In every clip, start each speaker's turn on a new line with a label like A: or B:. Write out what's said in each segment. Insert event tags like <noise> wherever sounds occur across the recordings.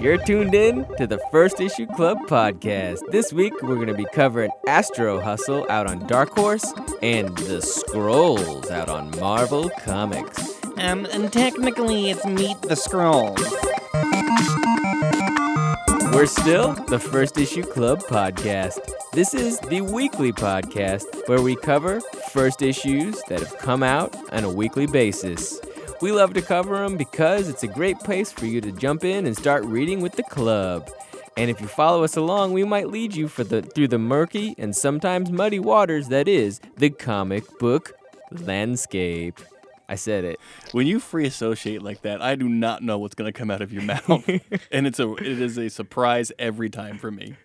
A: You're tuned in to the First Issue Club podcast. This week, we're going to be covering Astro Hustle out on Dark Horse and The Scrolls out on Marvel Comics.
B: Um, and technically, it's Meet the Scrolls.
A: We're still the First Issue Club podcast. This is the weekly podcast where we cover first issues that have come out on a weekly basis. We love to cover them because it's a great place for you to jump in and start reading with the club. And if you follow us along, we might lead you for the, through the murky and sometimes muddy waters that is the comic book landscape. I said it.
C: When you free associate like that, I do not know what's going to come out of your <laughs> mouth, and it's a it is a surprise every time for me,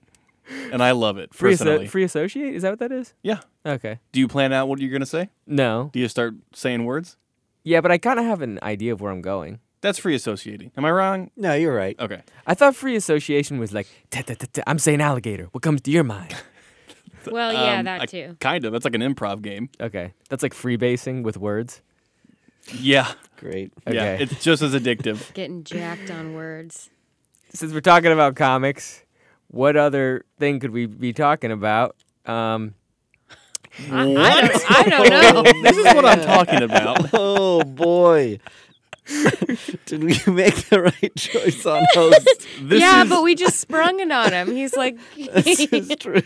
C: and I love it
A: Free,
C: personally.
A: asso- free associate? Is that what that is?
C: yeah.
A: Okay.
C: Do you plan out what you're going to say?
A: No.
C: Do you start saying words?
A: Yeah, but I kind of have an idea of where I'm going.
C: That's free associating. Am I wrong?
D: No, you're right.
C: Okay.
A: I thought free association was like, "Ta, ta, ta, ta, I'm saying alligator. What comes to your
D: <laughs>
A: mind?
E: Well, yeah,
C: Um,
E: that
C: I-
E: too.
C: Kind of. That's like an improv game.
A: Okay. That's like freebasing with words.
C: Yeah.
D: Great.
C: Yeah.
A: Okay.
C: It's just as addictive.
E: Getting jacked on words.
A: Since we're talking about comics, what other thing could we be talking about? Um,
E: <laughs> I, I, don't, I <laughs> don't know.
C: <laughs> this is what I'm talking about. <laughs>
D: Oh boy. Did we make the right
C: <laughs>
D: choice on host?
C: This
E: yeah,
C: is,
E: but we just sprung it on him. He's like, <laughs>
D: this is
C: <laughs>
D: true.
C: <laughs>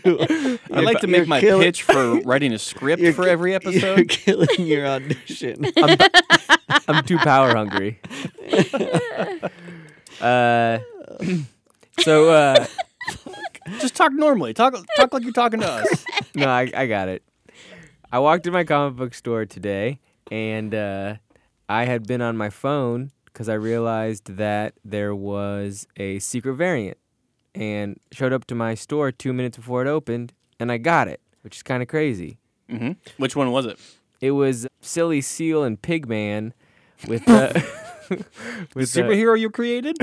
C: I like to
D: You're
C: make my
D: killing-
C: pitch <laughs> for writing a script
D: you're
C: for
D: ki-
C: every
D: You're
C: episode.
D: <laughs> killing your audition.
A: I'm, <laughs> I'm too power
D: <laughs>
A: hungry. Uh, <clears throat> so, uh,
C: Just talk normally. Talk talk like you're talking to <laughs> us.
A: no, I, I got it. I walked to my comic book store today, and uh, I had been on my phone because I realized that there was a secret variant, and showed up to my store two minutes before it opened, and I got it, which is kind of crazy.
C: hmm Which one was it?
A: It was silly seal and pigman with uh, <laughs> with uh,
C: Superhero you <laughs> created?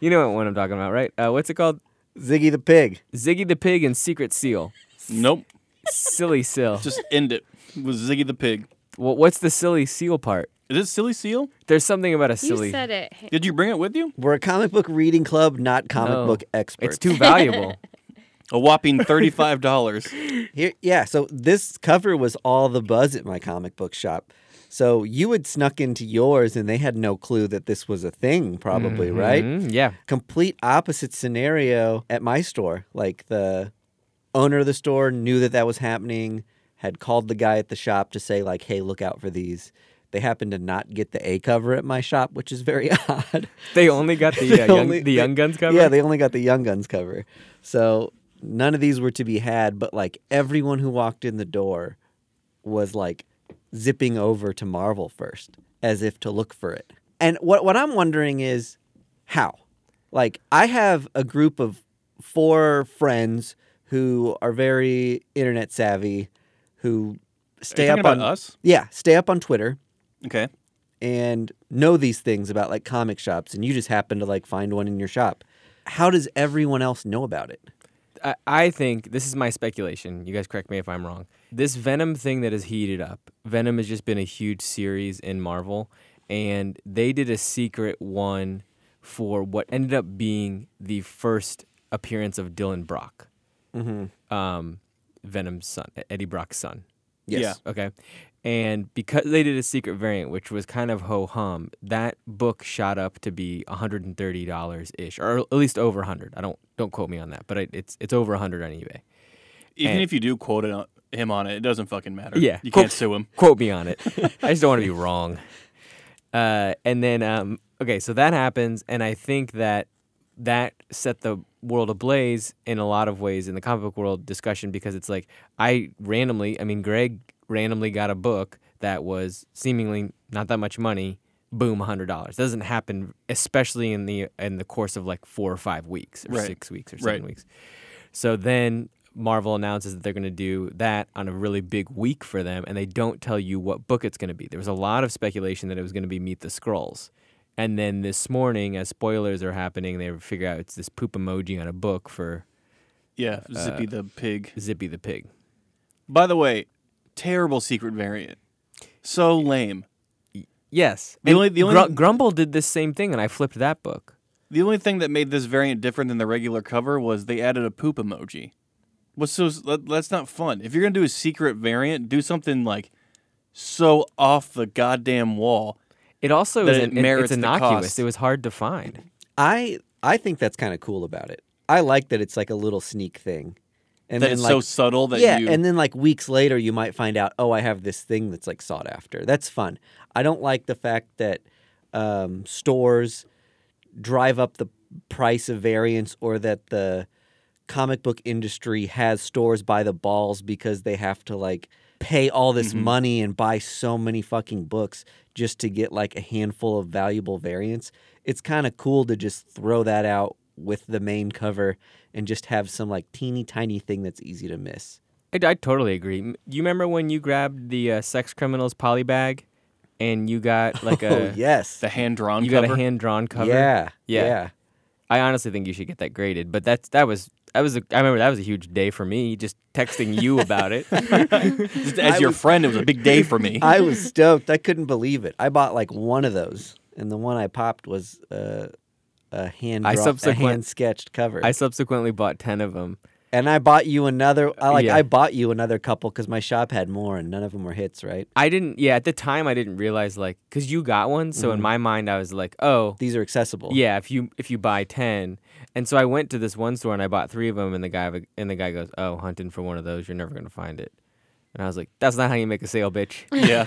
A: you know what one I'm talking about, right? Uh, what's it called?
D: Ziggy the pig.
A: Ziggy the pig and secret seal,
C: nope.
A: silly seal.
C: Just end it with Ziggy the Pig.
A: Wha- what's the silly seal part?
C: Is it Silly Seal?
A: There's something about a silly.
E: you said it.
C: Did you bring it with you?
D: We're a comic book reading club, not comic
A: No.
D: book experts.
A: It's
D: <laughs>
A: too valuable.
C: A whopping thirty-five dollars.
D: Here, yeah, so this cover was all the buzz at my comic book shop. So you had snuck into yours and they had no clue that this was a thing, probably,
C: Mm-hmm.
D: right?
A: Mhm, yeah.
D: Complete opposite scenario at my store. Like the owner of the store knew that that was happening, had called the guy at the shop to say, like, hey, look out for these. They happened to not get the A cover at my shop, which is very <laughs> odd.
A: They only got the, uh,
D: <laughs> They
A: young,
D: only-
A: the Young Guns cover?
D: Yeah, they only got the Young Guns cover. So none of these were to be had, but like everyone who walked in the door was like zipping over to Marvel first as if to look for it. And what what I'm wondering is how? Like I have a group of four friends who are very internet savvy who stay up
C: about
D: on
C: us.
D: Yeah, stay up on Twitter
C: Okay.
D: and know these things about like comic shops and you just happen to like find one in your shop how does everyone else know about it
A: I, I think this is my speculation. You guys correct me if I'm wrong. This Venom thing that has heated up. Venom has just been a huge series in Marvel, and they did a secret one for what ended up being the first appearance of Dylan Brock, mm-hmm. um, Venom's son, Eddie Brock's son.
C: Yeah.
A: Okay. And because they did a secret variant, which was kind of ho hum, that book shot up to be $130 ish, or at least over 100 I don't don't quote me on that, but it, it's it's over 100 on eBay.
C: Even
A: And-
C: if you do quote it on, him on it, it doesn't fucking matter.
A: Yeah.
C: You
A: Quote-
C: can't sue him.
A: Quote me
C: <laughs>
A: on it. I just don't want to be wrong. Uh, and then, um, okay, so that happens. And I think that that set the world ablaze in a lot of ways in the comic book world discussion because it's like I randomly, I mean, Greg randomly got a book that was seemingly not that much money. Boom, hundred dollars doesn't happen, especially in the in the course of like four or five weeks, or
C: Right.
A: six weeks, or seven
C: Right.
A: weeks. So then Marvel announces that they're going to do that on a really big week for them, and they don't tell you what book it's going to be. There was a lot of speculation that it was going to be Meet the Scrolls. And then this morning, as spoilers are happening, they figure out it's this poop emoji on a book for
C: Yeah.
D: Uh,
C: Zippy the Pig.
A: Zippy the Pig.
C: By the way, terrible secret variant. So lame.
A: Yes.
C: The
A: And
C: only- the
A: Gru-
C: only-
A: Grumble did this same thing, and I flipped that book.
C: The only thing that made this variant different than the regular cover was they added a poop emoji. What's so that, that's not fun. If you're gonna do a secret variant, do something like so off the goddamn wall.
A: It also
C: That
A: is
C: it
A: an,
C: merits
A: it's
C: the
A: innocuous.
C: cost.
A: It was hard to find.
D: I I think that's kind of cool about it. I like that it's like a little sneak thing, and
C: That
D: then
C: it's
D: like
C: so subtle that
D: yeah,
C: you
D: and then like weeks later you might find out oh I have this thing that's like sought after. That's fun. I don't like the fact that um, stores drive up the price of variants or that the comic book industry has stores by the balls because they have to like pay all this
C: Mm-hmm.
D: money and buy so many fucking books just to get like a handful of valuable variants. It's kind of cool to just throw that out with the main cover and just have some like teeny tiny thing that's easy to miss.
A: I, I totally agree. M- You remember when you grabbed the uh, sex criminals poly bag, and you got
C: <laughs>
A: like a
D: oh, yes.
C: the hand drawn
A: you
C: cover.
A: got a hand drawn cover.
D: Yeah.
A: Yeah.
D: Yeah.
A: I honestly think you should get that graded. But that's that was that was a, I remember that was a huge day for me. Just texting you about
C: <laughs>
A: it.
C: Just as your friend, it was a big day for <laughs> me.
D: I was stoked. I couldn't believe it. I bought like one of those, and the one I popped was uh, a hand
A: I
D: draw- a
A: subsequent-
D: hand sketched cover.
A: I subsequently bought ten of them.
D: and I bought you another. I like
A: Yeah.
D: I bought you another couple because my shop had more, and none of them were hits. Right?
A: I didn't. Yeah, at the time I didn't realize like because you got one. So in
C: Mm-hmm.
A: my mind I was like, oh
D: These are accessible.
A: yeah, if you if you buy ten. And so I went to this one store and I bought three of them. And the guy and the guy goes, oh, hunting for one of those, you're never gonna find it. And I was like, that's not how you make a sale,
C: <laughs>
A: bitch.
C: yeah,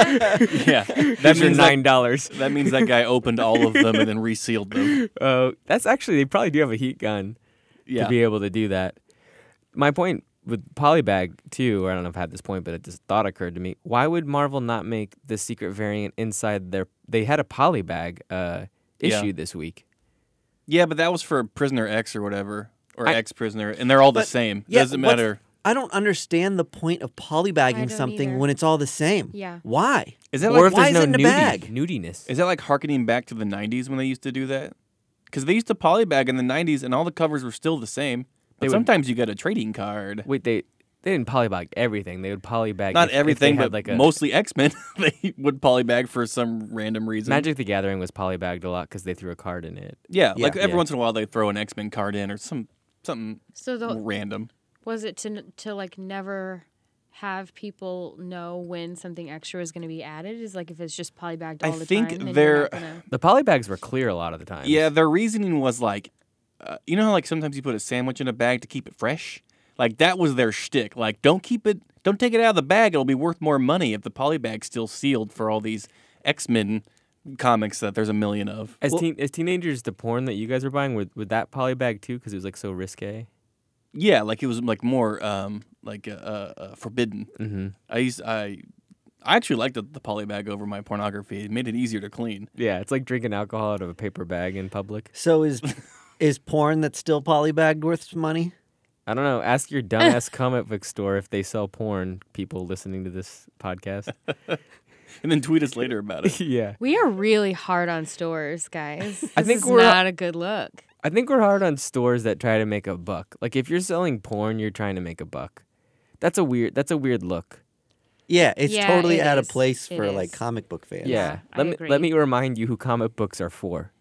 C: yeah. That
A: That's your
C: means that,
A: nine dollars.
C: that means that guy opened all of them and then resealed them.
A: Uh, that's actually they probably do have a heat gun.
C: Yeah,
A: to be able to do that. My point with Polybag too, or I don't know if I had this point, but it just thought occurred to me. Why would Marvel not make the secret variant inside their? They had a Polybag uh,
C: Yeah.
A: issue this week.
C: yeah. But that was for Prisoner X or whatever, or
A: I-
C: X Prisoner, and they're all the
D: But-
C: same.
D: Yeah,
C: Doesn't
D: what's-
C: matter.
D: I don't understand the point of
E: I
D: polybagging
E: don't
D: something
E: either.
D: when it's all the same.
E: Yeah.
D: Why?
C: Is that
A: Or
C: like
A: if
D: why
A: there's
D: is
A: no
D: it in a
A: nudity,
D: bag?
A: nudiness.
C: Is that like harkening back to the 90s when they used to do that? Because they used to polybag in the 90s and all the covers were still the same. But
A: They would-
C: sometimes you got a trading card.
A: Wait, they they didn't polybag everything. They would polybag
C: Not
A: if- if they
C: everything,
A: had
C: but
A: like a,
C: mostly X Men. <laughs> they would polybag for some random reason.
A: Magic the Gathering was polybagged a lot because they threw a card in it.
C: Yeah, like
D: Yeah.
C: every
A: Yeah.
C: once in a while they throw an X Men card in or some something
E: So the,
C: random.
E: was it to n- to like never have people know when something extra is going to be added? Is like if it's just polybagged all
C: I
E: the
C: think
E: time. and you're
C: they're-
E: not gonna-
A: The polybags were clear a lot of the time.
C: Yeah, their reasoning was like, uh, you know how like sometimes you put a sandwich in a bag to keep it fresh. Like that was their shtick. Like don't keep it, don't take it out of the bag. It'll be worth more money if the polybag's still sealed for all these X Men comics that there's a million of.
A: As, teen, as teenagers, the porn that you guys were buying with with that polybag too, because it was like so risque.
C: Yeah, like it was like more um like uh, uh, uh, forbidden. Mm-hmm. I used I. I actually liked the, the polybag over my pornography. It made it easier to clean.
A: Yeah, it's like drinking alcohol out of a paper bag in public.
D: So is is porn that's still polybagged worth money?
A: I don't know. Ask <laughs> your dumbass comic book store if they sell porn. People listening to this podcast.
C: And then tweet us later about <laughs>
A: <laughs>
C: it.
A: yeah,
E: We are really hard on stores, guys.
A: I
E: This
A: think
E: is
A: we're-
E: not a good look.
A: I think we're hard on stores that try to make a buck. Like if you're selling porn, you're trying to make a buck. That's a weird. That's a weird look.
D: Yeah, it's
E: Yeah,
D: totally
E: it
D: out
E: is.
D: of place
E: It
D: for like
E: is.
D: comic book fans.
A: Yeah.
E: I
A: Let me
E: agree.
A: let me remind you who comic books are for.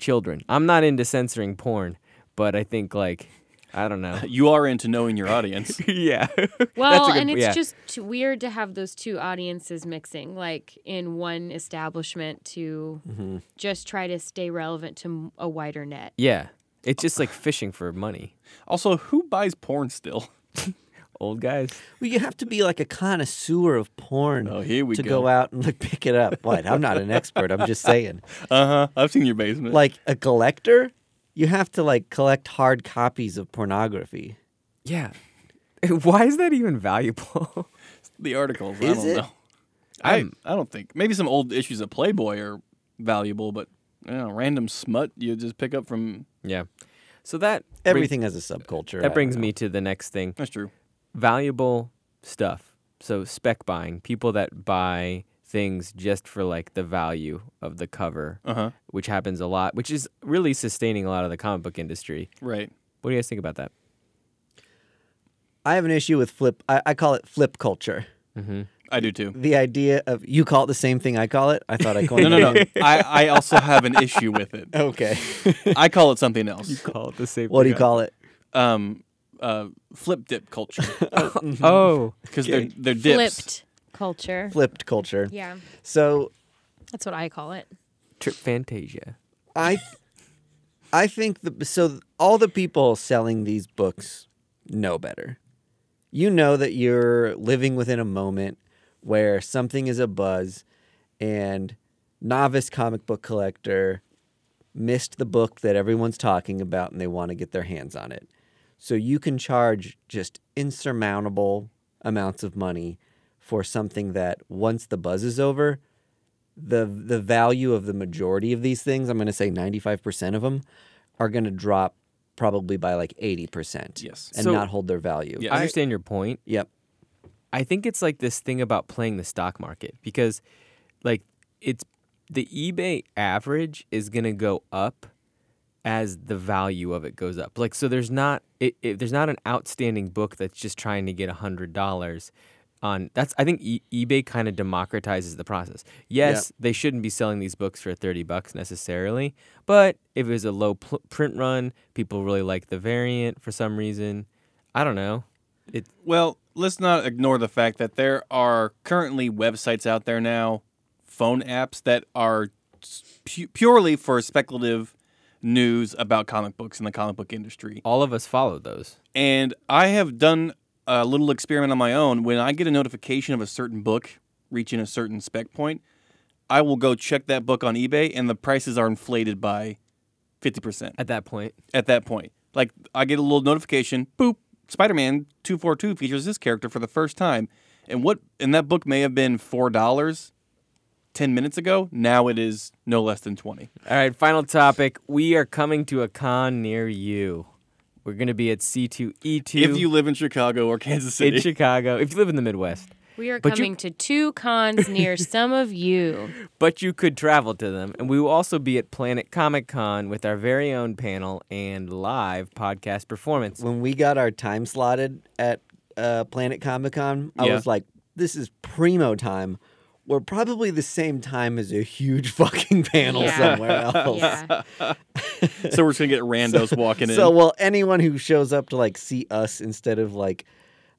A: Children. I'm not into censoring porn, but I think like I don't know.
C: You are into knowing your audience.
A: <laughs> yeah. <laughs>
E: Well,
A: good-
E: and it's
A: yeah.
E: just too weird to have those two audiences mixing, like in one establishment, to
A: Mm-hmm.
E: just try to stay relevant to m- a wider net.
A: yeah. It's just like fishing for money.
C: Also, who buys porn still?
A: Old guys.
D: Well, you have to be like a connoisseur of porn
C: Oh, here we
D: to
C: go.
D: go out and like pick it up. What? I'm not an expert. I'm just saying.
C: Uh huh. I've seen your basement.
D: Like a collector, you have to like collect hard copies of pornography.
A: Yeah. <laughs> Why is that even valuable? <laughs>
C: the articles. I
D: Is
C: don't
D: it?
C: know. I I don't think maybe some old issues of Playboy are valuable, but I don't know, random smut you just pick up from.
A: yeah. So that brings-
D: Everything has a subculture.
A: That brings me to the next thing
C: That's true.
A: valuable stuff. So, spec buying, people that buy things just for like the value of the cover,
C: Uh huh.
A: which happens a lot, which is really sustaining a lot of the comic book industry.
C: Right.
A: What do you guys think about that?
D: I have an issue with flip. I, I call it flip culture.
C: I do too.
D: the idea of you call it the same thing I call it. I thought I
C: <laughs>
D: coined
C: No, no,
D: it.
C: no. I, I also have an issue with it. <laughs>
D: <laughs> Okay.
C: I call it something else.
A: Call it the same.
D: What do you call it?
C: Um, uh, flip dip culture
A: Oh,
C: because they're they're dips.
E: Flipped culture.
D: Flipped culture.
E: Yeah,
D: So
E: that's what I call it.
A: trip fantasia.
D: I, th- I think the so all the people selling these books know better. You know that you're living within a moment where something is a buzz, and novice comic book collector missed the book that everyone's talking about and they want to get their hands on it. So you can charge just insurmountable amounts of money for something that once the buzz is over, the the value of the majority of these things, I'm going to say 95% of them are going to drop probably by like 80%
C: Yes.
D: and
A: So-
D: not hold their value.
C: Yeah.
A: I understand your point.
D: Yep.
A: I think it's like this thing about playing the stock market because, like, it's the eBay average is gonna go up as the value of it goes up. Like, so there's not it, it, there's not an outstanding book that's just trying to get a hundred dollars. On that's I think e- eBay kind of democratizes the process. Yes, they shouldn't be selling these books for thirty bucks necessarily, but if it was a low pl- print run, people really like the variant for some reason. I don't know. It
C: Well, let's not ignore the fact that there are currently websites out there now, phone apps that are s- pu- purely for speculative news about comic books and the comic book industry.
A: all of us follow those.
C: And I have done a little experiment on my own. When I get a notification of a certain book reaching a certain spec point, I will go check that book on eBay, and the prices are inflated by 50%
A: at that point.
C: at that point. Like I get a little notification, boop, Spider-Man 242 features this character for the first time. And what and that book may have been $4 10 minutes ago, now it is no less than 20.
A: All right, final topic. We are coming to a con near you. We're going to be at C2E2
C: If you live in Chicago or Kansas
A: in
C: City,
A: Chicago, if you live in the Midwest.
E: We are
A: But you-
E: coming to two cons
A: <laughs>
E: near some of you.
A: But you could travel to them. And we will also be at Planet Comic Con with our very own panel and live podcast performance.
D: When we got our time slotted at uh, Planet Comic Con, I
C: Yeah.
D: was like, this is primo time. We're probably the same time as a huge <laughs> fucking panel
E: Yeah. <laughs>
D: somewhere else.
A: <laughs>
E: Yeah,
C: <laughs> so we're just going to get randos walking in.
D: So, well, anyone who shows up to like see us instead of like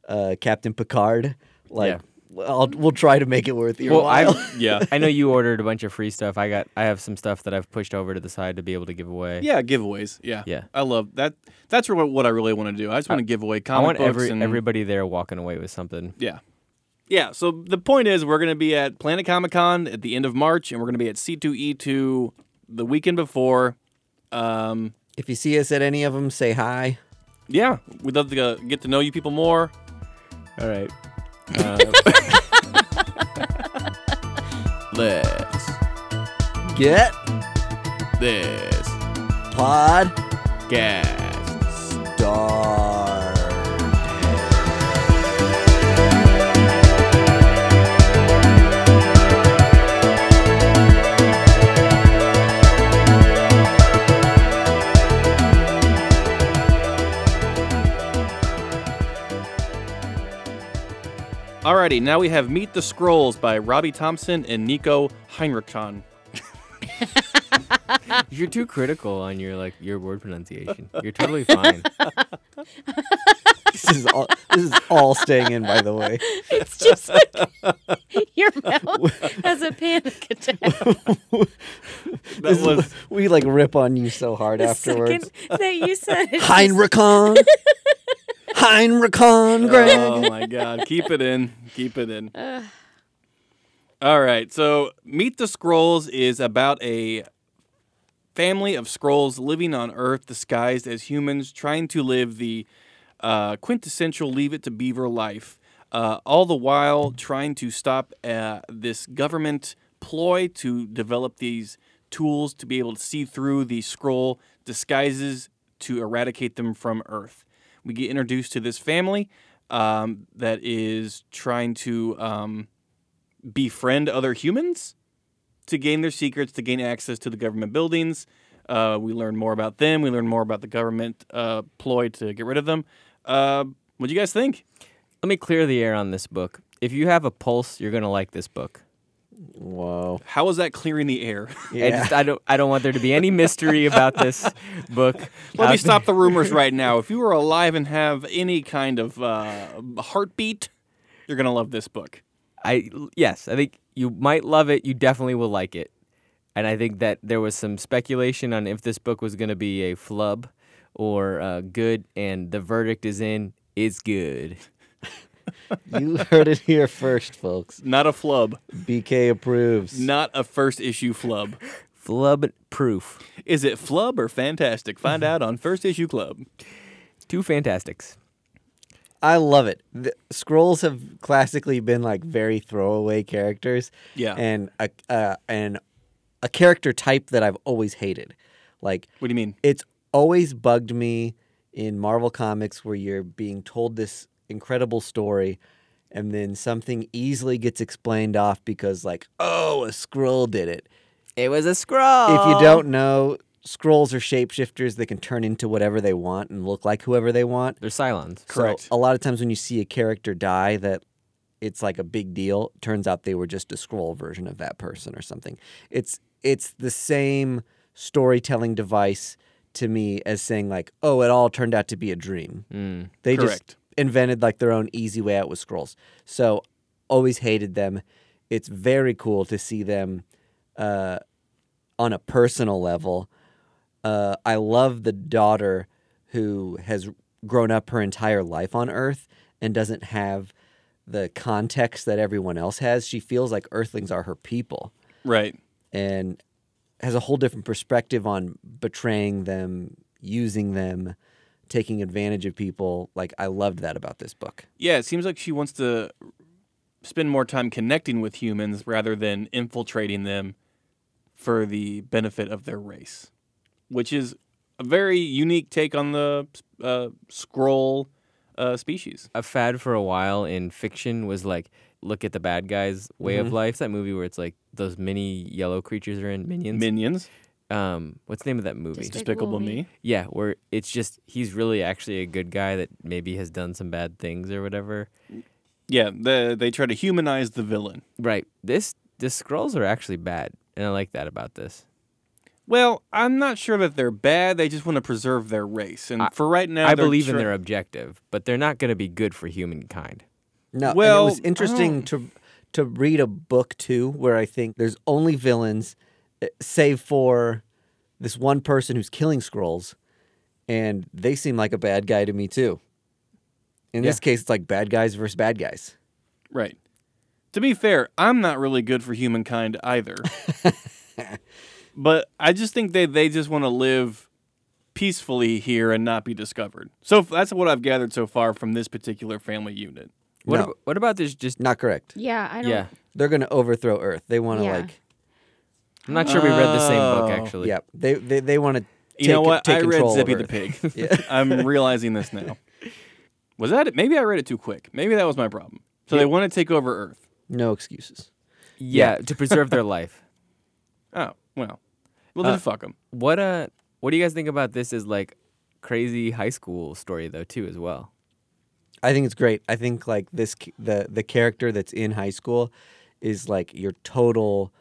D: uh, Captain Picard, like
A: Yeah.
D: well, I'll, we'll try to make it worth your
A: Well, I-
D: while.
C: yeah.
A: I know you ordered a bunch of free stuff. I got I have some stuff that I've pushed over to the side to be able to give away.
C: Yeah, giveaways. Yeah.
A: Yeah.
C: I love that. That's really what I really want to do. I just want to give away
A: I
C: comic
A: want
C: books
A: every
C: and
A: everybody there walking away with something.
C: Yeah. Yeah. So the point is, we're going to be at Planet Comic Con at the end of March, and we're going to be at C2E2 the weekend before. Um,
D: <laughs> if you see us at any of them, say hi.
C: yeah, we'd love to uh, get to know you people more.
A: All right.
C: Let's
D: Get
C: this
D: pod
C: gas.
D: star.
C: Alrighty, now we have Meet the Scrolls by Robbie Thompson and Nico Heinrichson.
A: You're too critical on your like your word pronunciation. You're totally
C: <laughs>
A: fine.
D: This is all. this is all staying in, by the way.
E: it's just like <laughs> your
A: <laughs>
E: mouth has a panic attack.
C: That
D: This is-
C: was
D: <laughs> we like rip on you so hard
E: The
D: afterwards.
E: second that you said it,
D: Heinrichon,
C: <laughs>
D: Heinrichon, Greg.
C: Oh my god, keep it in, keep it in. All right, so Meet the Scrolls is about a family of scrolls living on Earth disguised as humans, trying to live the uh, quintessential Leave It to Beaver life, uh, all the while trying to stop uh, this government ploy to develop these tools to be able to see through the scroll disguises to eradicate them from Earth. We get introduced to this family um, that is trying to um, befriend other humans to gain their secrets, to gain access to the government buildings. Uh, we learn more about them. We learn more about the government uh, ploy to get rid of them. Uh, what do you guys think?
A: Let me clear the air on this book. if you have a pulse, you're gonna like this book.
D: Whoa.
C: How is that clearing the air? <laughs>
A: I, just, I don't I don't want there to be any mystery about <laughs> this book.
C: Let me
A: out
C: stop the rumors right now. If you are alive and have any kind of uh, heartbeat, you're gonna love this book.
A: I yes, I think you might love it. You definitely will like it. And I think that there was some speculation on if this book was going to be a flub or uh, good, and the verdict is in it's good.
D: You heard it here first, folks.
C: Not a flub.
D: BK approves.
C: Not a first issue flub.
A: Flub proof.
C: Is it flub or fantastic? Find out on First Issue Club.
A: Two fantastics.
D: I love it. The, scrolls have classically been like very throwaway characters.
C: Yeah.
D: And a uh, and a character type that I've always hated. Like
C: What do you mean?
D: it's always bugged me in Marvel comics where you're being told this incredible story and then something easily gets explained off because like, oh, a scroll did it.
A: It was a scroll.
D: If you don't know, scrolls are shapeshifters that can turn into whatever they want and look like whoever they want.
A: they're Cylons.
D: So
C: Correct.
D: a lot of times when you see a character die, that it's like a big deal. Turns out they were just a scroll version of that person or something. It's it's the same storytelling device to me as saying like, oh, it all turned out to be a dream.
A: Mm.
D: They
C: Correct.
D: just invented like their own easy way out with scrolls. So always hated them. It's very cool to see them uh, on a personal level. Uh, I love the daughter who has grown up her entire life on Earth and doesn't have the context that everyone else has. She feels like Earthlings are her people
C: Right.
D: and has a whole different perspective on betraying them, using them, taking advantage of people. Like I loved that about this book.
C: Yeah, it seems like she wants to spend more time connecting with humans rather than infiltrating them for the benefit of their race, which is a very unique take on the uh, scroll uh, species.
A: a fad for a while in fiction was like look at the bad guys way
C: Mm-hmm.
A: of life that movie where it's like those mini yellow creatures are in minions
C: Minions,
A: um what's the name of that movie
E: Despicable
C: Despicable
E: Me.
C: Me.
A: yeah where it's just he's really actually a good guy that maybe has done some bad things or whatever
C: Yeah, the, they try to humanize the villain.
A: right this the scrolls are actually bad and i like that about this
C: Well, I'm not sure that they're bad. They just want to preserve their race, and
A: I-
C: for right now,
A: i
C: they're
A: believe in
C: try-
A: their objective but they're not going to be good for humankind
D: No,
C: Well,
D: well, it was
C: I
D: interesting to to read a book too, where I think there's only villains, eh, save for this one person who's killing scrolls, and they seem like a bad guy to me too. In this case, it's like bad guys versus bad guys.
C: Right. To be fair, I'm not really good for humankind
D: <laughs>
C: either. but I just think they they just want to live peacefully here and not be discovered. So f- that's what I've gathered so far from this particular family unit.
A: what,
D: No.
A: ab- what about this just
D: Not correct.
E: Yeah, I don't.
A: yeah
D: They're gonna overthrow Earth. They want to
E: Yeah.
D: like,
A: i'm not sure we read the same book
C: Oh.
A: actually
D: yeah. They they, they want to.
C: You know what?
D: Take
C: I read
D: control of
C: Zippy the
D: Earth.
C: Pig.
D: <laughs>
C: <laughs> I'm realizing this now. Was that it? Maybe I read it too quick. Maybe that was my problem. So they want to take over Earth.
D: No excuses.
A: yeah to preserve
C: <laughs>
A: their life
C: Oh, well. Well, then fuck 'em. fuck them.
A: What uh what do you guys think about this as like crazy high school story though too as well?
D: I think it's great. I think like this ki- the the character that's in high school is like your total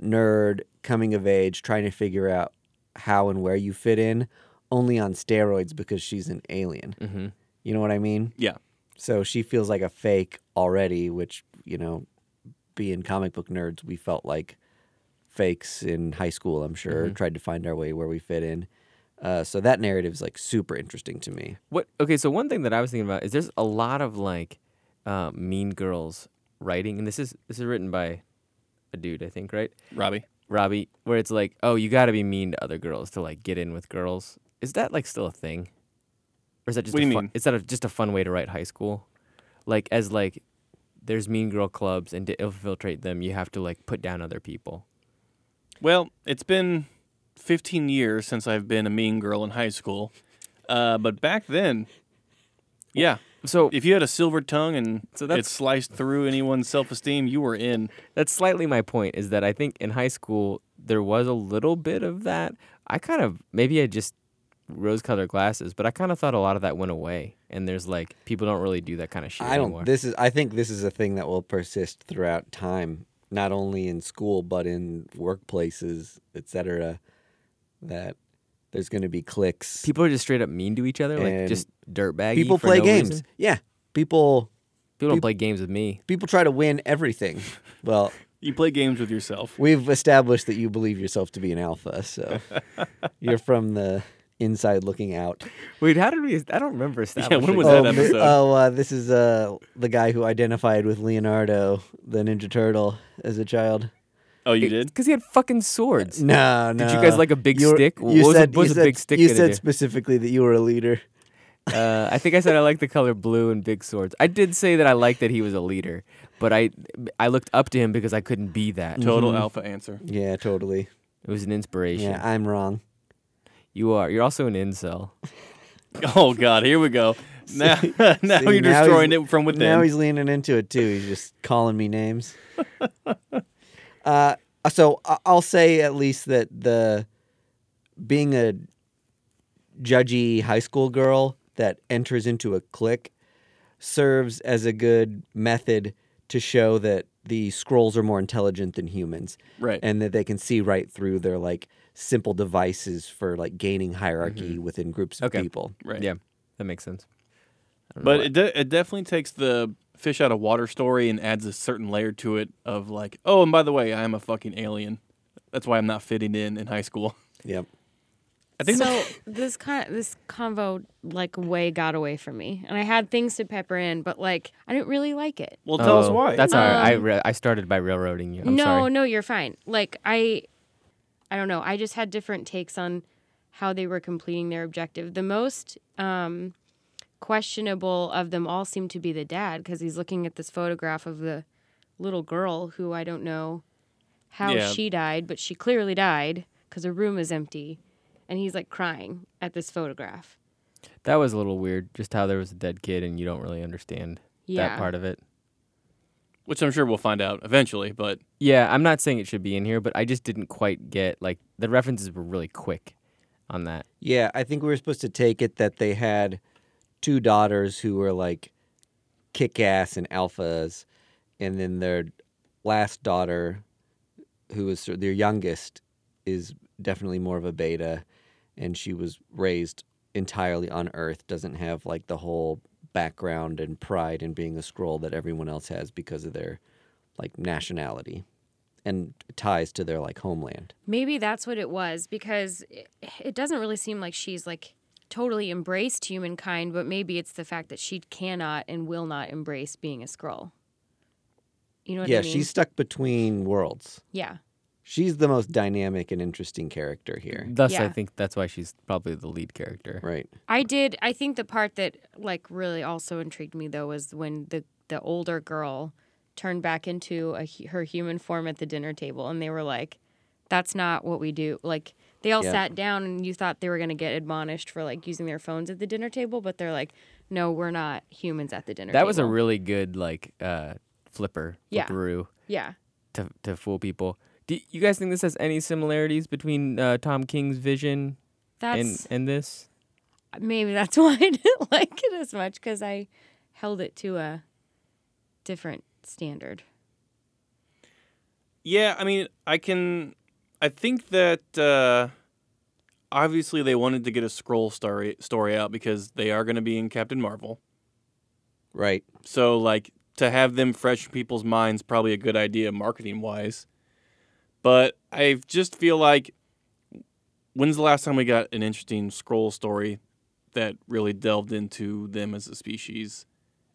D: nerd coming of age trying to figure out how and where you fit in only on steroids because she's an alien. Mm-hmm. You know what I mean?
C: Yeah.
D: So she feels like a fake already, which, you know, being comic book nerds, we felt like fakes in high school, I'm sure,
A: Mm-hmm.
D: tried to find our way where we fit in. Uh, so that narrative is like super interesting to me.
A: What okay, so one thing that I was thinking about is there's a lot of like uh, mean girls writing and this is this is written by a dude, I think, right?
C: Robbie.
A: Robbie, where it's like, oh, you gotta be mean to other girls to like get in with girls. Is that like still a thing? Or is that just
C: What
A: a
C: do you
A: fun,
C: mean?
A: is that a, just a fun way to write high school? Like as like there's mean girl clubs and to infiltrate them you have to like put down other people.
C: Well, it's been 15 years since I've been a mean girl in high school. Uh, but back then, yeah.
A: So
C: If you had a silver tongue and
A: So
C: it
A: that's-
C: sliced through anyone's self esteem, you were in.
A: that's slightly my point is that I think in high school there was a little bit of that. I kind of maybe I just rose colored glasses, but I kind of thought a lot of that went away. And there's like people don't really do that kind of shit
D: I don't.
A: anymore.
D: This is. I think this is a thing that will persist throughout time, not only in school but in workplaces, etc. That there's going to be cliques.
A: people are just straight up mean to each other, like
D: And
A: just dirtbaggy.
D: People
A: for
D: play
A: no
D: games.
A: reason.
D: Yeah, people.
A: People don't play games with me.
D: People try to win
A: <laughs>
D: everything. Well,
C: You play games with yourself.
D: we've established that you believe yourself to be an
A: <laughs>
D: alpha, so you're from the inside looking out.
A: Wait, how did we? I don't remember.
C: Yeah, when was
A: establishing-
C: that
D: mi-
C: episode?
D: oh, uh, this is uh, the guy who identified with Leonardo, the Ninja Turtle, as a child.
C: Oh, you did?
A: Because he had fucking swords.
D: <laughs> No, no.
A: Did you guys like a big
D: You were-
A: stick?
D: you
A: What was a-
D: said,
A: what was
D: you
A: a
D: said-
A: big stick
D: You
A: gonna
D: said
A: do?
D: specifically that you were a leader.
A: Uh, I think I said I like the color blue and big swords. I did say that I liked that he was a leader, but I I looked up to him because I couldn't be that.
D: Mm.
C: Total alpha answer. <laughs>
D: Yeah, totally.
A: It was an inspiration.
D: Yeah, I'm wrong.
A: You are. You're also an incel.
C: Oh God, here we go. Now, <laughs> now
D: See,
C: you're
D: now
C: destroying
D: he's-
C: it from within.
D: Now he's leaning into it too. He's just calling me
C: <laughs>
D: names. uh, so I- I'll say at least that the being a judgy high school girl that enters into a clique serves as a good method to show that the scrolls are more intelligent than humans
C: Right.
D: and that they can see right through their like simple devices for like gaining hierarchy within groups of
A: Okay.
D: people
C: Mm-hmm. right.
A: Yeah, that makes sense. I don't know
C: But
A: why.
C: it, de- it definitely takes the fish out of water story and adds a certain layer to it of like, oh, and by the way, I am a fucking alien. That's why I'm not fitting in in high school.
D: yep
C: I think
E: so this con- this convo like way got away from me, and I had things to pepper in, but like I didn't really like it.
C: Well, tell us
A: Oh,
C: why.
A: That's all right. I, re- I started by railroading you. I'm
E: no,
A: sorry.
E: no, you're fine. Like I, I don't know. I just had different takes on how they were completing their objective. The most um, questionable of them all seemed to be the dad because he's looking at this photograph of the little girl who I don't know how
C: Yeah.
E: she died, but she clearly died because her room is empty, and he's like crying at this photograph.
A: That was a little weird. Just how there was a dead kid and you don't really understand that
E: Yeah.
A: part of it.
C: which I'm sure we'll find out eventually. But
A: Yeah, I'm not saying it should be in here, but I just didn't quite get like the references were really quick on that.
D: Yeah, I think we were supposed to take it that they had two daughters who were like kick ass and alphas, and then their last daughter, who is their youngest, is definitely more of a beta, and she was raised entirely on Earth, doesn't have like the whole background and pride in being a scroll that everyone else has because of their like nationality and ties to their like homeland.
E: Maybe that's what it was because it, it doesn't really seem like she's like totally embraced humankind, but maybe it's the fact that she cannot and will not embrace being a scroll. You know what
D: yeah,
E: I mean?
D: she's stuck between worlds.
E: yeah.
D: She's the most dynamic and interesting character here,
A: Thus, I
E: Yeah.
A: think that's why she's probably the lead character.
D: right?
E: I did. I think the part that like really also intrigued me though was when the the older girl turned back into a, hu- her human form at the dinner table, and they were like, "That's not what we do." Like they all
D: Yeah.
E: sat down, and you thought they were gonna get admonished for like using their phones at the dinner table, but they're like, "No, we're not humans at the dinner."
A: That was a
E: table."
A: really good like uh, flipper,
E: Yeah.
A: flipperoo
E: yeah.
A: to to fool people. Do you guys think this has any similarities between uh, Tom King's vision and
E: That's
A: and this?
E: maybe that's <laughs> why I didn't like it as much because I held it to a different standard.
C: yeah, I mean, I can. I think that uh, obviously they wanted to get a scroll story story out because they are going to be in Captain Marvel.
D: Right.
C: So like to have them fresh in people's minds probably a good idea marketing wise. But I just feel like when's the last time we got an interesting scroll story that really delved into them as a species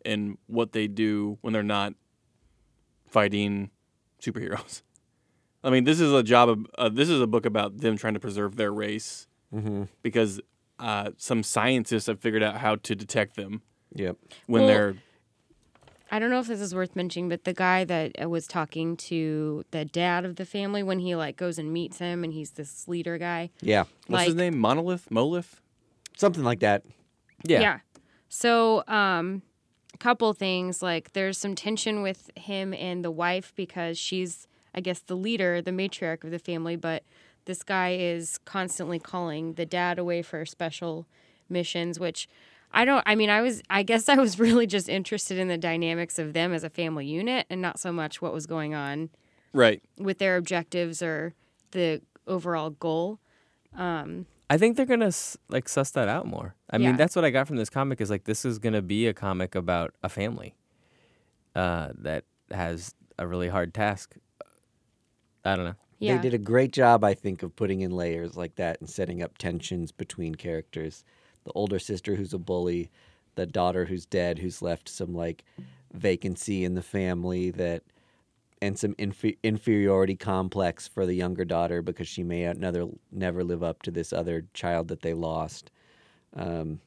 C: and what they do when they're not fighting superheroes. <laughs> I mean, this is a job of uh, this is a book about them trying to preserve their race
D: Mm-hmm.
C: because uh, some scientists have figured out how to detect them
D: Yep.
C: when
E: Well,
C: they're
E: I don't know if this is worth mentioning, but the guy that uh, was talking to the dad of the family when he like goes and meets him, and he's this leader guy.
D: Yeah.
C: What's his
E: Like-
C: name? Monolith? Molith?
D: Something like that.
A: Yeah.
E: So, um, a couple things like there's some tension with him and the wife because she's, I guess, the leader, the matriarch of the family, but this guy is constantly calling the dad away for special missions, which I don't, I mean, I was, I guess I was <laughs> really just interested in the dynamics of them as a family unit and not so much what was going on
C: Right.
E: with their objectives or the overall goal.
A: I think they're gonna s- like suss that out more. I
E: Yeah.
A: mean, that's what I got from this comic is like this is gonna be a comic about a family uh, that has a really hard task. I don't know.
E: Yeah.
D: They did a great job, I think, of putting in layers like that and setting up tensions between characters. The older sister who's a bully, the daughter who's dead, who's left some like vacancy in the family that, and some infe- inferiority complex for the younger daughter because she may another never live up to this other child that they lost, um,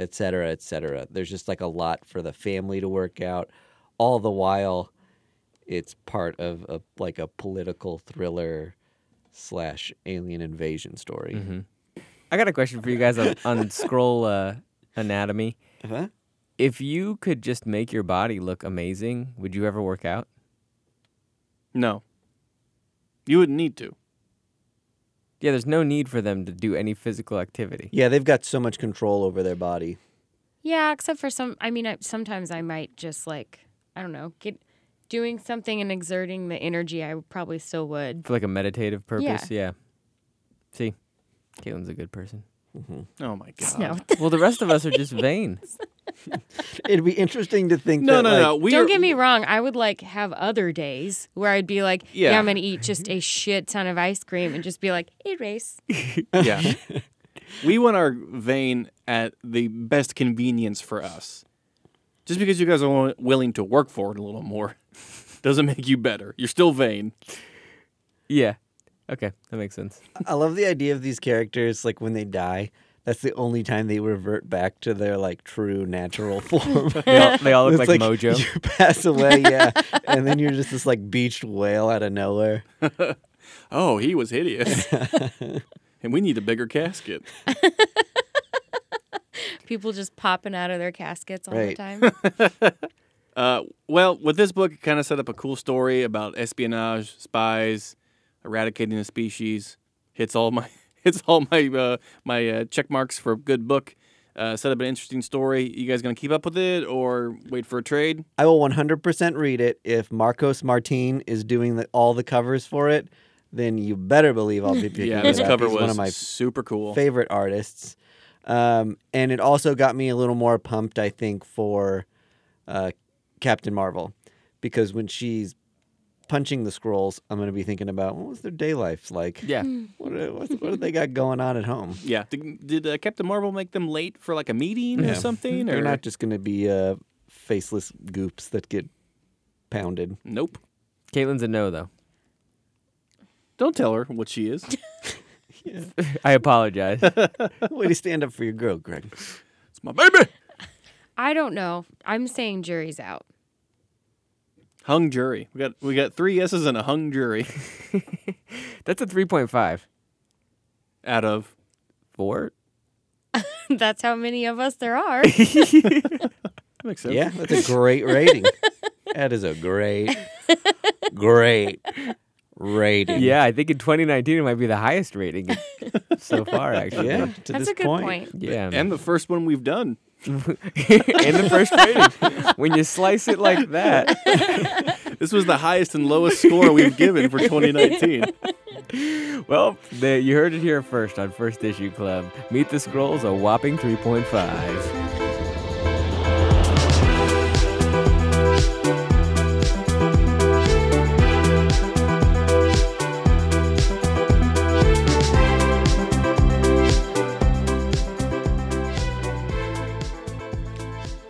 D: et cetera, et cetera. There's just like a lot for the family to work out, all the while it's part of a like a political thriller slash alien invasion story.
A: I got a question for you guys on, on scroll uh, anatomy.
D: Uh-huh.
A: If you could just make your body look amazing, would you ever work out?
C: No. You wouldn't need to.
A: Yeah, there's no need for them to do any physical activity.
D: Yeah, they've got so much control over their body.
E: Yeah, except for some. I mean, I, sometimes I might just like I don't know, get doing something and exerting the energy. I probably still would.
A: For like a meditative purpose, yeah. See, Caitlin's a good person.
C: Oh my god.
E: No,
A: Well, the rest of us are just vain.
D: It'd be interesting to
C: <laughs>
D: think.
C: No,
D: that,
C: no,
D: like,
C: no. We
E: don't
C: are-
E: get me wrong. I would like have other days where I'd be like, yeah,
C: Yeah.
E: I'm gonna eat just a shit ton of ice cream and just be like,
D: <laughs>
E: erase.
C: Yeah.
E: <laughs>
C: we want our vein at the best convenience for us. Just because you guys are wi- willing to work for it a little more <laughs> doesn't make you better. You're still vain.
A: Yeah. Okay, that makes sense.
D: I love the idea of these characters. Like when they die, that's the only time they revert back to their like true natural form.
A: They all, they all look
D: It's
A: like, Mojo.
D: You pass away, yeah, and then you're just this like beached whale out of nowhere.
C: Oh, he was hideous.
E: <laughs>
C: and we need a bigger casket.
E: People just popping out of their caskets all the
D: Right. <laughs>
E: time.
C: Uh, well, with this book, it kind of set up a cool story about espionage, spies, eradicating a species. Hits all my <laughs> hits all my uh, my uh, check marks for a good book. Uh, set up an interesting story. You guys gonna keep up with it or wait for a
D: <laughs>
C: trade?
D: I will 100% read it. If Marcos Martin is doing the, all the covers for it, then you better believe I'll be
C: <laughs>
D: picking
C: Yeah,
D: it
C: this
D: up.
C: cover
D: He's
C: was
D: one of my
C: super cool.
D: favorite artists. Um, and it also got me a little more pumped, I think, for uh, Captain Marvel. Because when she's punching the scrolls, I'm going to be thinking about what was their day life like?
A: Yeah.
D: What, what, what do they got going on at home?
C: yeah. Did, did uh, Captain Marvel make them late for like a meeting or something? Or
D: They're not just going to be uh, faceless goops that get pounded. <laughs>
C: Nope.
A: Caitlin's a no, though.
C: Don't tell her what she
D: <laughs>
C: is. it's
A: I apologize.
D: Way to stand up for your girl, Greg.
C: my baby.
E: I don't know. I'm saying jury's out. <laughs>
C: Hung jury. We got we got three yeses and a hung jury <laughs>
A: That's a 3.5.
C: out of
A: Four?
E: That's how many of us there are.
C: that makes sense.
D: Yeah, that's a great rating. that is a great, great rating.
A: Yeah, I think in 2019 it might be the highest rating so far, actually.
D: yeah. To
E: That's
D: this
E: a good
D: point,
E: point.
A: Yeah.
C: And the first one we've done.
A: <laughs> and the first rating. When you slice it like that,
C: This was the highest and lowest score we've given for 2019.
A: well, there, you heard it here first on First Issue Club. Meet the Scrolls, a whopping 3.5.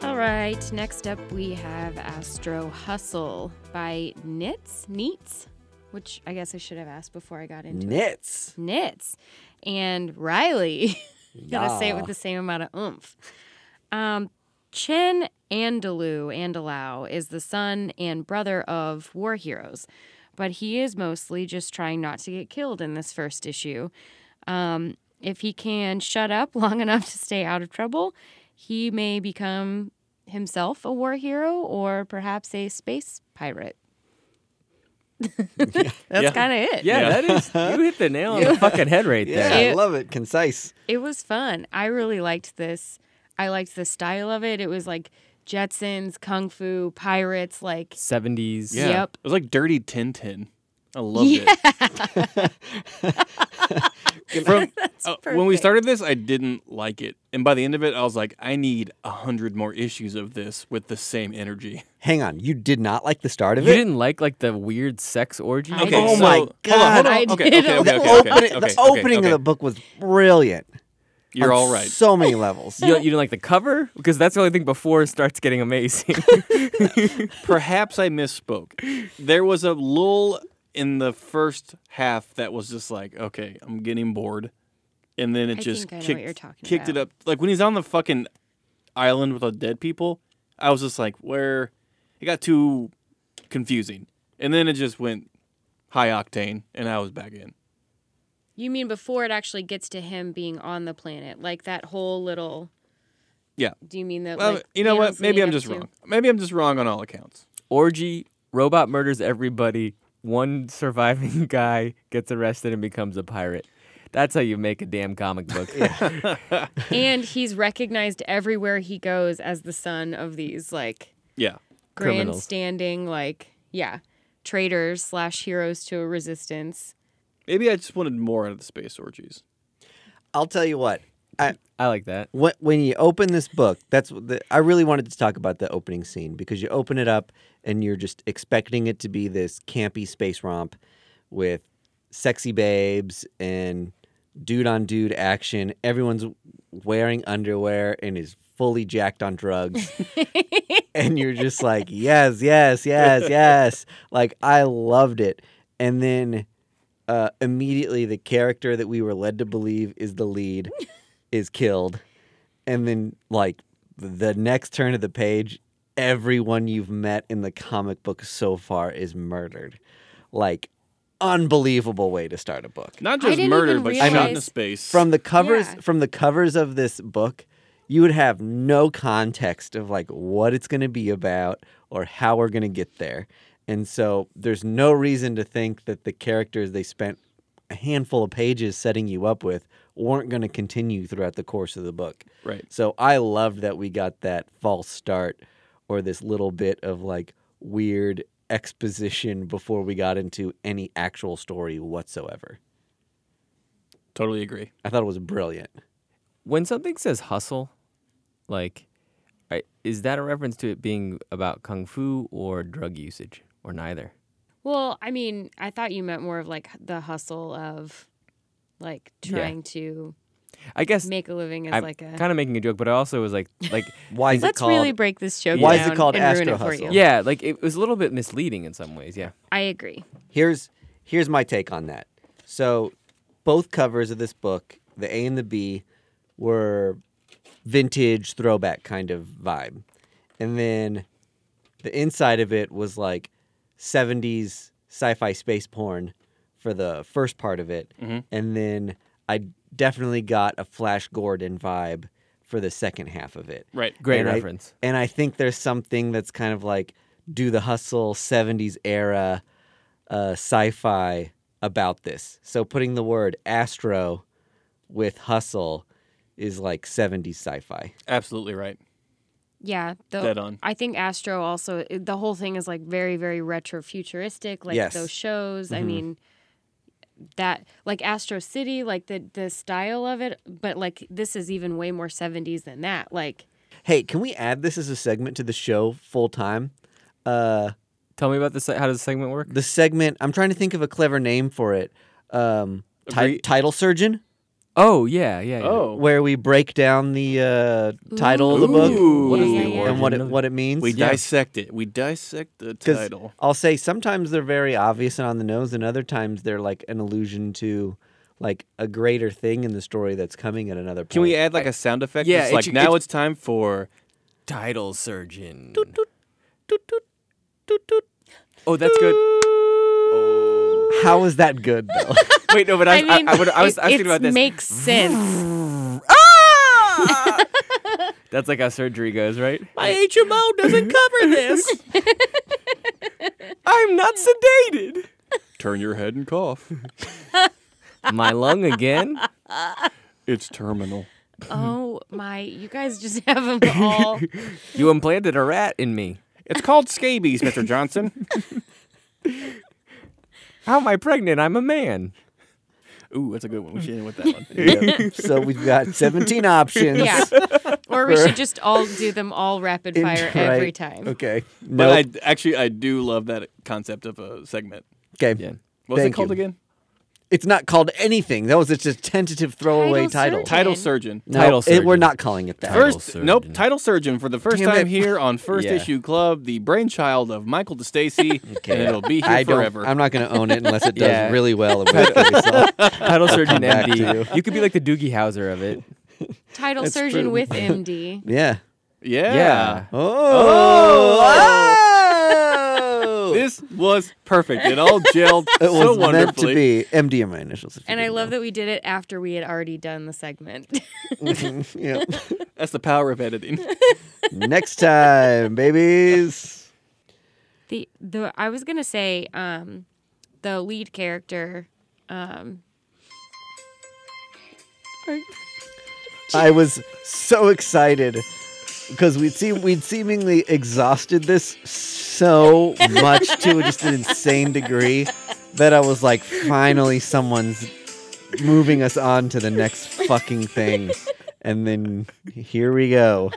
E: All right, next up we have Astro Hustle by Knits, Neats, which I guess I should have asked before I got into it.
D: Knits.
E: Knits and Riley. <laughs> Gotta say it
D: Yeah.
E: with the same amount of oomph. Um, Chen Andalou Andalau is the son and brother of war heroes, but he is mostly just trying not to get killed in this first issue. Um, if he can shut up <laughs> long enough to stay out of trouble, he may become <laughs> himself a war hero or perhaps a space pirate. That's
C: <laughs> Yeah.
E: kind of it.
A: Yeah,
C: Yeah.
A: that is. You hit the nail on the fucking head right
D: Yeah,
A: there.
D: I
E: It-
D: love it. Concise.
E: It was fun. I really liked this. I liked the style of it. It was like Jetsons, Kung Fu, Pirates, like
A: 70s.
C: <laughs> Yeah.
E: Yep.
C: It was like Dirty Tintin. I loved
E: Yeah.
C: it. <laughs> From uh, when we
E: perfect.
C: started this, I didn't like it, and by the end of it, I was like, I need a hundred more issues of this with the same energy.
D: Hang on. You did not like the start of
A: You
D: it?
A: didn't like like the weird sex orgy?
E: I
A: thing?
E: did.
C: so,
E: Oh
D: my
C: hold on, hold on.
E: God.
C: Okay,
E: I
C: okay,
E: did.
C: okay, okay,
D: the
C: okay, okay,
D: opening,
C: okay,
D: the opening
C: okay.
D: of the book was brilliant.
C: You're
D: on
C: all right.
D: So many levels.
A: <laughs> You, you didn't like the cover because that's the only thing before it starts getting
D: <laughs>
A: amazing.
C: Perhaps I misspoke. There was a lull in the first half that was just like, okay, I'm getting bored, and then it
E: I
C: just
E: think I know what
C: kicked,
E: you're talking
C: kicked it
E: about.
C: up. Like when he's on the fucking island with the dead people, I was just like, where? It got too confusing, and then it just went high octane, and I was back in.
E: You mean before it actually gets to him being on the planet, like that whole little.
C: Yeah.
E: Do you mean that?
C: Well,
E: like,
C: you know what?
E: panels
C: Maybe
E: leading
C: I'm
E: up
C: just
E: to-
C: wrong. Maybe I'm just wrong on all accounts.
A: orgy, robot murders everybody. One surviving <laughs> guy gets arrested and becomes a pirate. That's how you make a damn comic
D: <laughs>
A: book.
C: <laughs>
E: And he's recognized everywhere he goes as the son of these like
C: Yeah.
A: Criminals.
E: grandstanding, like yeah, traitors slash heroes to a resistance.
C: Maybe I just wanted more out of the space orgies.
D: I'll tell you what. I,
A: <laughs> I like that.
D: when, when you open this book, that's what the, I really wanted to talk about the opening scene because you open it up and you're just expecting it to be this campy space romp with sexy babes and dude on dude action. Everyone's wearing underwear and is fully jacked on drugs. and you're just like, yes, yes, yes, yes. Like I loved it. And then uh, immediately the character that we were led to believe is the lead is killed. And then like the next turn of the page, everyone you've met in the comic book so far is murdered. Like unbelievable way to start a book.
C: Not
E: I
C: just
E: didn't
C: murdered,
E: even
C: but shot
E: realize-
C: into space.
D: From the covers
E: Yeah.
D: from the covers of this book, you would have no context of like what it's going to be about or how we're going to get there. And so there's no reason to think that the characters they spent a handful of pages setting you up with weren't going to continue throughout the course of the book.
C: right.
D: So I loved that we got that false start or this little bit of like weird exposition before we got into any actual story whatsoever.
C: Totally agree.
D: I thought it was brilliant.
A: When something says hustle, like, I- is that a reference to it being about kung fu or drug usage or neither?
E: Well, I mean, I thought you meant more of like the hustle of like trying to
A: I guess
E: make a living as
A: I'm
E: like a.
A: kind of making a joke, but I also was
E: <laughs>
A: like, like,
D: Why is
E: Let's
D: it called?
E: really break this joke
D: Why is it
E: down
D: called
E: and ruin
D: Astro
E: it for
D: Hustle?
E: you.
A: yeah, like it was a little bit misleading in some ways. Yeah.
E: I agree.
D: here's here's my take on that. So both covers of this book, the A and the B, were vintage throwback kind of vibe. And then the inside of it was like 70s sci-fi space porn for the first part of it. And then I definitely got a Flash Gordon vibe for the second half of it.
C: Right.
A: Great
D: And I-
A: reference.
D: and I think there's something that's kind of like do the hustle 70s era uh, sci fi about this. So putting the word astro with hustle is like 70s sci fi.
C: Absolutely right.
E: Yeah, the,
C: Dead on.
E: I think Astro also it- the whole thing is like very very retro futuristic, like
D: Yes.
E: those shows. I mean, that like Astro City, like the the style of it, but like this is even way more seventies than that. Like
D: Hey, can we add this as a segment to the show full time? Uh,
A: Tell me about this. How does the segment work?
D: the segment, I'm trying to think of a clever name for it. Um, ti-
C: Agree-
D: title Surgeon,
A: Oh yeah, yeah. yeah.
D: where we break down the uh, title of the book
C: Ooh.
E: What is the
D: and what it,
A: origin?
D: what it means.
C: We
A: Yeah.
C: dissect it. We dissect the
D: Because
C: title.
D: I'll say sometimes they're very obvious and on the nose, and other times they're like an allusion to like a greater thing in the story that's coming at another point.
C: Can we add like a sound effect?
A: Yeah,
C: It's
A: it
C: like
A: should-
C: now
A: it-
C: it's time for.
A: title surgeon. Oh, that's good.
D: How is that good though?
C: <laughs>
A: Wait, no, but I,
E: I mean,
A: I, I, would- I was,
E: it,
A: I was
E: it
A: thinking about this.
E: makes sense.
A: Ah! <laughs> that's like how surgery goes, right?
C: My HMO doesn't cover this.
A: <laughs> I'm not sedated.
C: Turn your head and cough.
A: My lung again?
C: <laughs> It's terminal.
E: Oh my! You guys just <laughs> have them all.
A: You implanted a rat in me.
C: It's called scabies, Mr. Johnson.
A: How am I pregnant? I'm a man.
C: <laughs> Ooh, that's a good one. We should end with that one. <laughs>
D: Yep. so we've got 17 options.
E: yeah. Or we should just all do them all rapid
D: In-
E: fire every
D: right.
E: time.
D: Okay.
C: But
D: No.
C: I actually I do love that concept of a segment.
D: okay.
A: Yeah.
C: What's
D: Thank
C: it called
D: you.
C: again?
D: It's not called anything. That was just a tentative throwaway
E: Title
D: title.
E: surgeon.
C: Title
A: Title
C: surgeon.
E: Again.
D: No, it- we're
A: surgeon.
D: not calling it that.
A: Title
C: First,
A: surgeon.
C: nope, title surgeon for the first
D: Damn
C: time
D: it.
C: here on First
A: Yeah.
C: Issue Club, the brainchild of Michael <laughs> DeStacy, and it'll be here
D: I don't,
C: forever.
D: I'm not going to own it
C: <laughs>
D: unless it does
A: Yeah.
D: really well. in which case I'll-
A: Title surgeon
D: back to
A: MD.
D: you.
A: You. could be like the Doogie Howser of it.
E: Title surgeon
D: true. <laughs>
E: with MD.
D: yeah.
C: yeah.
A: Yeah.
D: Oh.
C: <laughs> This was perfect. It all gelled
D: <laughs>
C: so
D: It was meant to
C: wonderfully.
D: be. MD are my initials. if you
E: And I
D: didn't
E: love
D: know.
E: that we did it after we had already done the segment. <laughs>
D: Yeah. <laughs>
C: That's the power of editing.
D: Next time, babies.
E: the the I was gonna say um, the lead character. <laughs> Um,
D: I was so excited because we'd seem we'd seemingly exhausted this so much to just an insane degree that I was like, finally, someone's moving us on to the next fucking thing. And then here we go.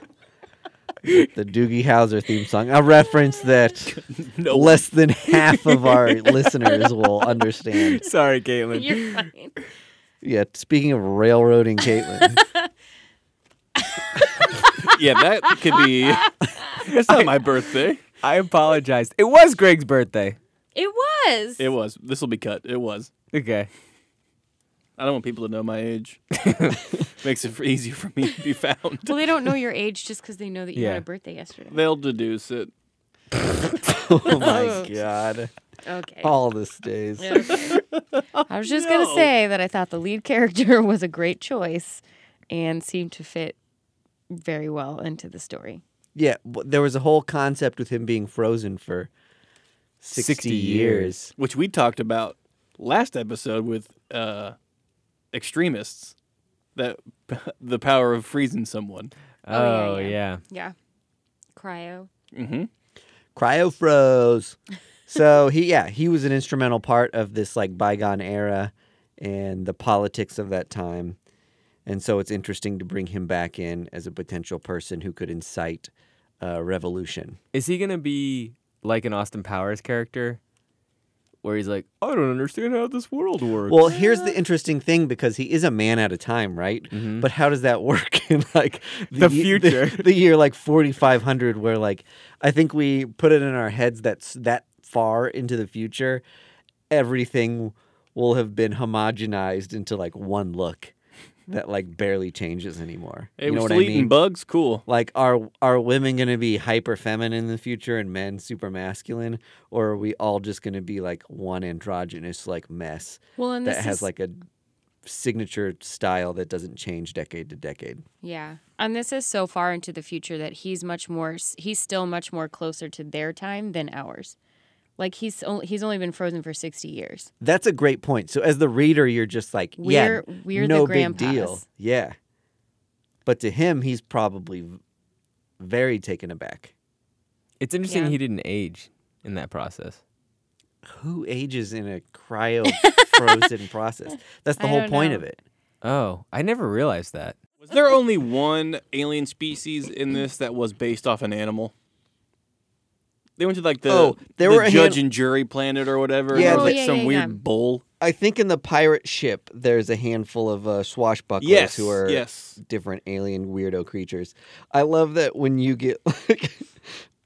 D: The Doogie Howser theme song. I referenced that
C: No.
D: less than half of <laughs> our listeners will understand.
A: Sorry,
E: <laughs>
A: Caitlin.
D: <laughs>
E: you're fine.
D: Yeah, speaking of railroading <laughs> Caitlin.
C: yeah, that could be.
D: <laughs>
C: It's not my birthday.
A: I apologized. It was Greg's birthday.
E: It was.
C: It was. This will be cut. It was.
A: Okay.
C: I don't want people to know my
D: <laughs>
C: age. Makes it easier for me to be found.
E: well, they don't know your age just because they know that you
A: Yeah.
E: had a birthday yesterday.
C: <laughs> They'll deduce it.
D: Oh my god.
E: Okay.
D: All the stays.
E: <laughs> Okay. I was just gonna
C: No.
E: say that I thought the lead character <laughs> was a great choice, and seemed to fit very well into the story.
D: Yeah, w- there was a whole concept with him being frozen for 60,
A: 60
D: years.
C: which we talked about last episode with uh, extremists, that <laughs> the power of freezing someone.
E: Oh, yeah,
A: Oh,
E: yeah.
A: yeah.
E: Yeah. Cryo.
C: Mm-hmm.
D: Cryo froze. so he yeah, he was an instrumental part of this like bygone era and the politics of that time. And so it's interesting to bring him back in as a potential person who could incite uh, revolution.
A: Is he going to be like an Austin Powers character where he's like, I don't understand how this world works?
D: Well, here's the interesting thing because he is a man at a time, right? But how does that <laughs> work in like
A: Mm-hmm. The
D: ye-
A: future.
D: <laughs> the, year like 4500, where like I think we put it in our heads that's that far into the future, everything will have been homogenized into like one look that like barely changes anymore.
C: Hey,
D: you know
C: we're
D: what
C: still
D: I
C: eating
D: mean?
C: bugs. Cool.
D: like are are women going to be hyper feminine in the future and men super masculine or are we all just going to be like one androgynous like mess
E: Well, and
D: that
E: this
D: has
E: is,
D: like a signature style that doesn't change decade to decade.
E: yeah, and this is so far into the future that he's much more. s- He's still much more closer to their time than ours. Like he's only, he's only been frozen for sixty years.
D: That's a great point. So as the reader, you're just like,
E: We're
D: yeah,
E: we're
D: no
E: the
D: big
E: grandpas.
D: deal. Yeah. But to him, he's probably v- very taken aback.
A: it's interesting
E: Yeah.
A: he didn't age in that process.
D: Who ages in a
E: <laughs>
D: cryo frozen process? That's the
E: I
D: whole
E: don't
D: point
E: know.
D: of it.
A: Oh, I never realized that.
C: Was there only one alien species in this that was based off an animal? They went to like the,
D: Oh, there
C: the
D: were a
C: judge
D: hand-
C: and jury planet or whatever. and
D: Yeah,
C: there was
D: Oh,
C: like
E: yeah,
C: some
E: yeah,
C: weird
E: yeah.
C: bull.
D: I think in the pirate ship, there's a handful of uh, swashbucklers
C: Yes,
D: who are
C: yes.
D: different alien weirdo creatures. I love that when you get <laughs> like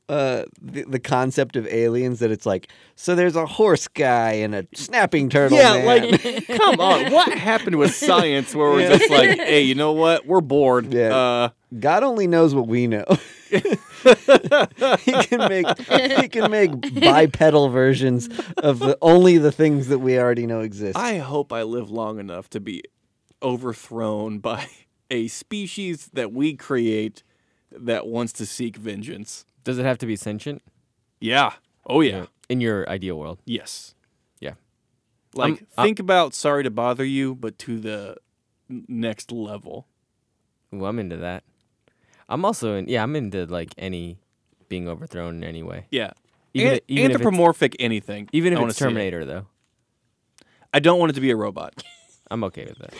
D: uh, the, the concept of aliens that it's like so there's a horse guy and a snapping turtle.
C: Yeah,
D: man. <laughs>
C: like come on, what happened with science where we're just like, hey, you know what? We're bored.
D: Yeah.
C: Uh,
D: God only knows what we know. <laughs> he can make he
C: <laughs>
D: can make bipedal versions of the only the things that we already know exist.
C: I hope I live long enough to be overthrown by a species that we create that wants to seek vengeance.
A: Does it have to be sentient?
C: Yeah. Oh yeah.
A: in your ideal world.
C: Yes.
A: Yeah.
C: Like
A: I'm- uh,
C: think about sorry to bother you, but to the n- next level.
A: Ooh, I'm into that. I'm also in. Yeah, I'm into like any being overthrown in any way.
C: Yeah.
A: Even
C: An-
A: i- even if it's-
C: anthropomorphic anything.
A: Even
C: I
A: if
C: wanna
A: it's
C: see it.
A: Terminator, though,
C: I don't want it to be a robot.
A: I'm okay with that.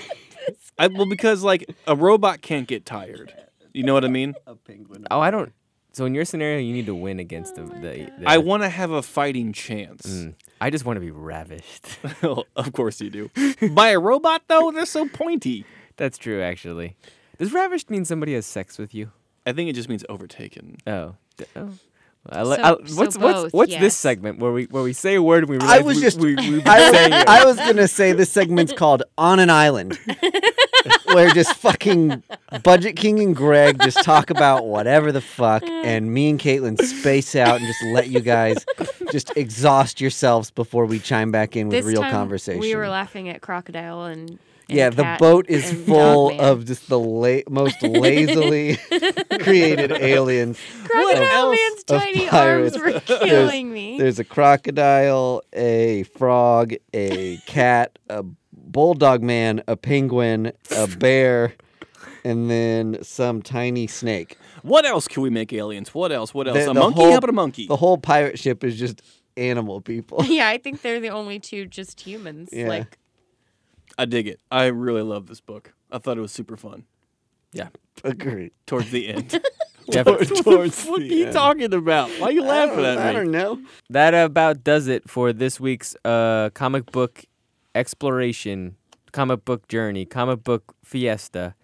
C: I, well, because like a robot can't get tired. You know what I mean?
D: A penguin.
A: Oh, I don't. So in your scenario, you need to win against the. the, the
C: I want to have a fighting chance. <laughs>
A: Mm. I just want to be ravished.
C: of course you do. By a robot though, they're so pointy.
A: That's true, actually. Does ravished mean somebody has sex with you?
C: I think it just means overtaken.
A: Oh. D- oh. I li-
E: So-
A: I-
E: so
A: what's
E: both,
A: what's what's this
E: yes.
A: segment where we where we say a word and we
D: I
A: realize
D: was
A: we-
D: just. <laughs>
A: we, we,
D: I, was, I was gonna say
E: <laughs>
D: this segment's called "On an Island," where just fucking Budget King and Greg just talk about whatever the fuck, and me and Caitlin space out and just let you guys just exhaust yourselves before we chime back in with
E: this
D: real
E: time
D: conversation.
E: We were laughing at crocodile and, and
D: yeah, the
E: cat
D: boat is
E: and
D: full
E: Dogman.
D: of just the la-
E: <laughs>
D: most lazily created aliens.
E: crocodile
D: else
E: man's
D: of
E: tiny
D: pirates?
E: arms were
D: There's-
E: killing me.
D: There's a crocodile, a frog, a cat, a bulldog man, a penguin, a bear, and then some tiny snake.
C: What else can we make aliens? What else? What else?
D: The-
C: a
D: the
C: monkey?
D: whole-
C: How about a monkey?
D: The whole pirate ship is just animal
E: <laughs>
D: people. <laughs>
E: yeah, I think they're the only two just humans.
D: Yeah.
E: Like
C: I dig it. I really love this book. I thought it was super fun.
D: <laughs> Agreed.
C: Towards the end.
A: Definitely.
C: Towards what are you talking about? Why are you
D: I don't, I don't know.
A: <laughs> that about does it for this week's uh, comic book exploration, comic book journey, comic book fiesta,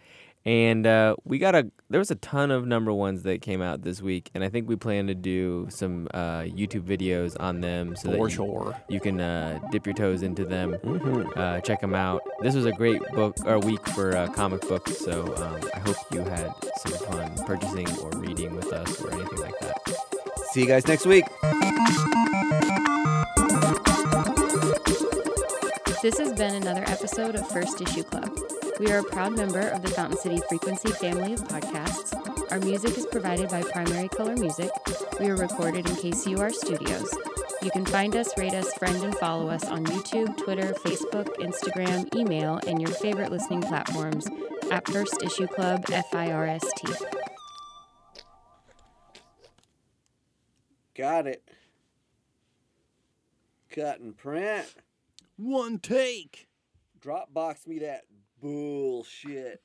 A: and uh, we got a there was a ton of number ones that came out this week, and I think we plan to do some uh, YouTube videos on them so that
C: For
A: you-
C: sure.
A: you can uh, dip your toes into them, uh, check them out. This was a great book or week for uh, comic books, so um, I hope you had some fun purchasing or reading with us or anything like that.
D: See you guys next week.
E: This has been another episode of First Issue Club. We are a proud member of the Fountain City Frequency family of podcasts. Our music is provided by Primary Color Music. We are recorded in KCUR Studios. You can find us, rate us, friend, and follow us on YouTube, Twitter, Facebook, Instagram, email, and your favorite listening platforms at First Issue Club FIRST.
D: Got it. Cut and print.
C: One take.
D: Dropbox me that bullshit.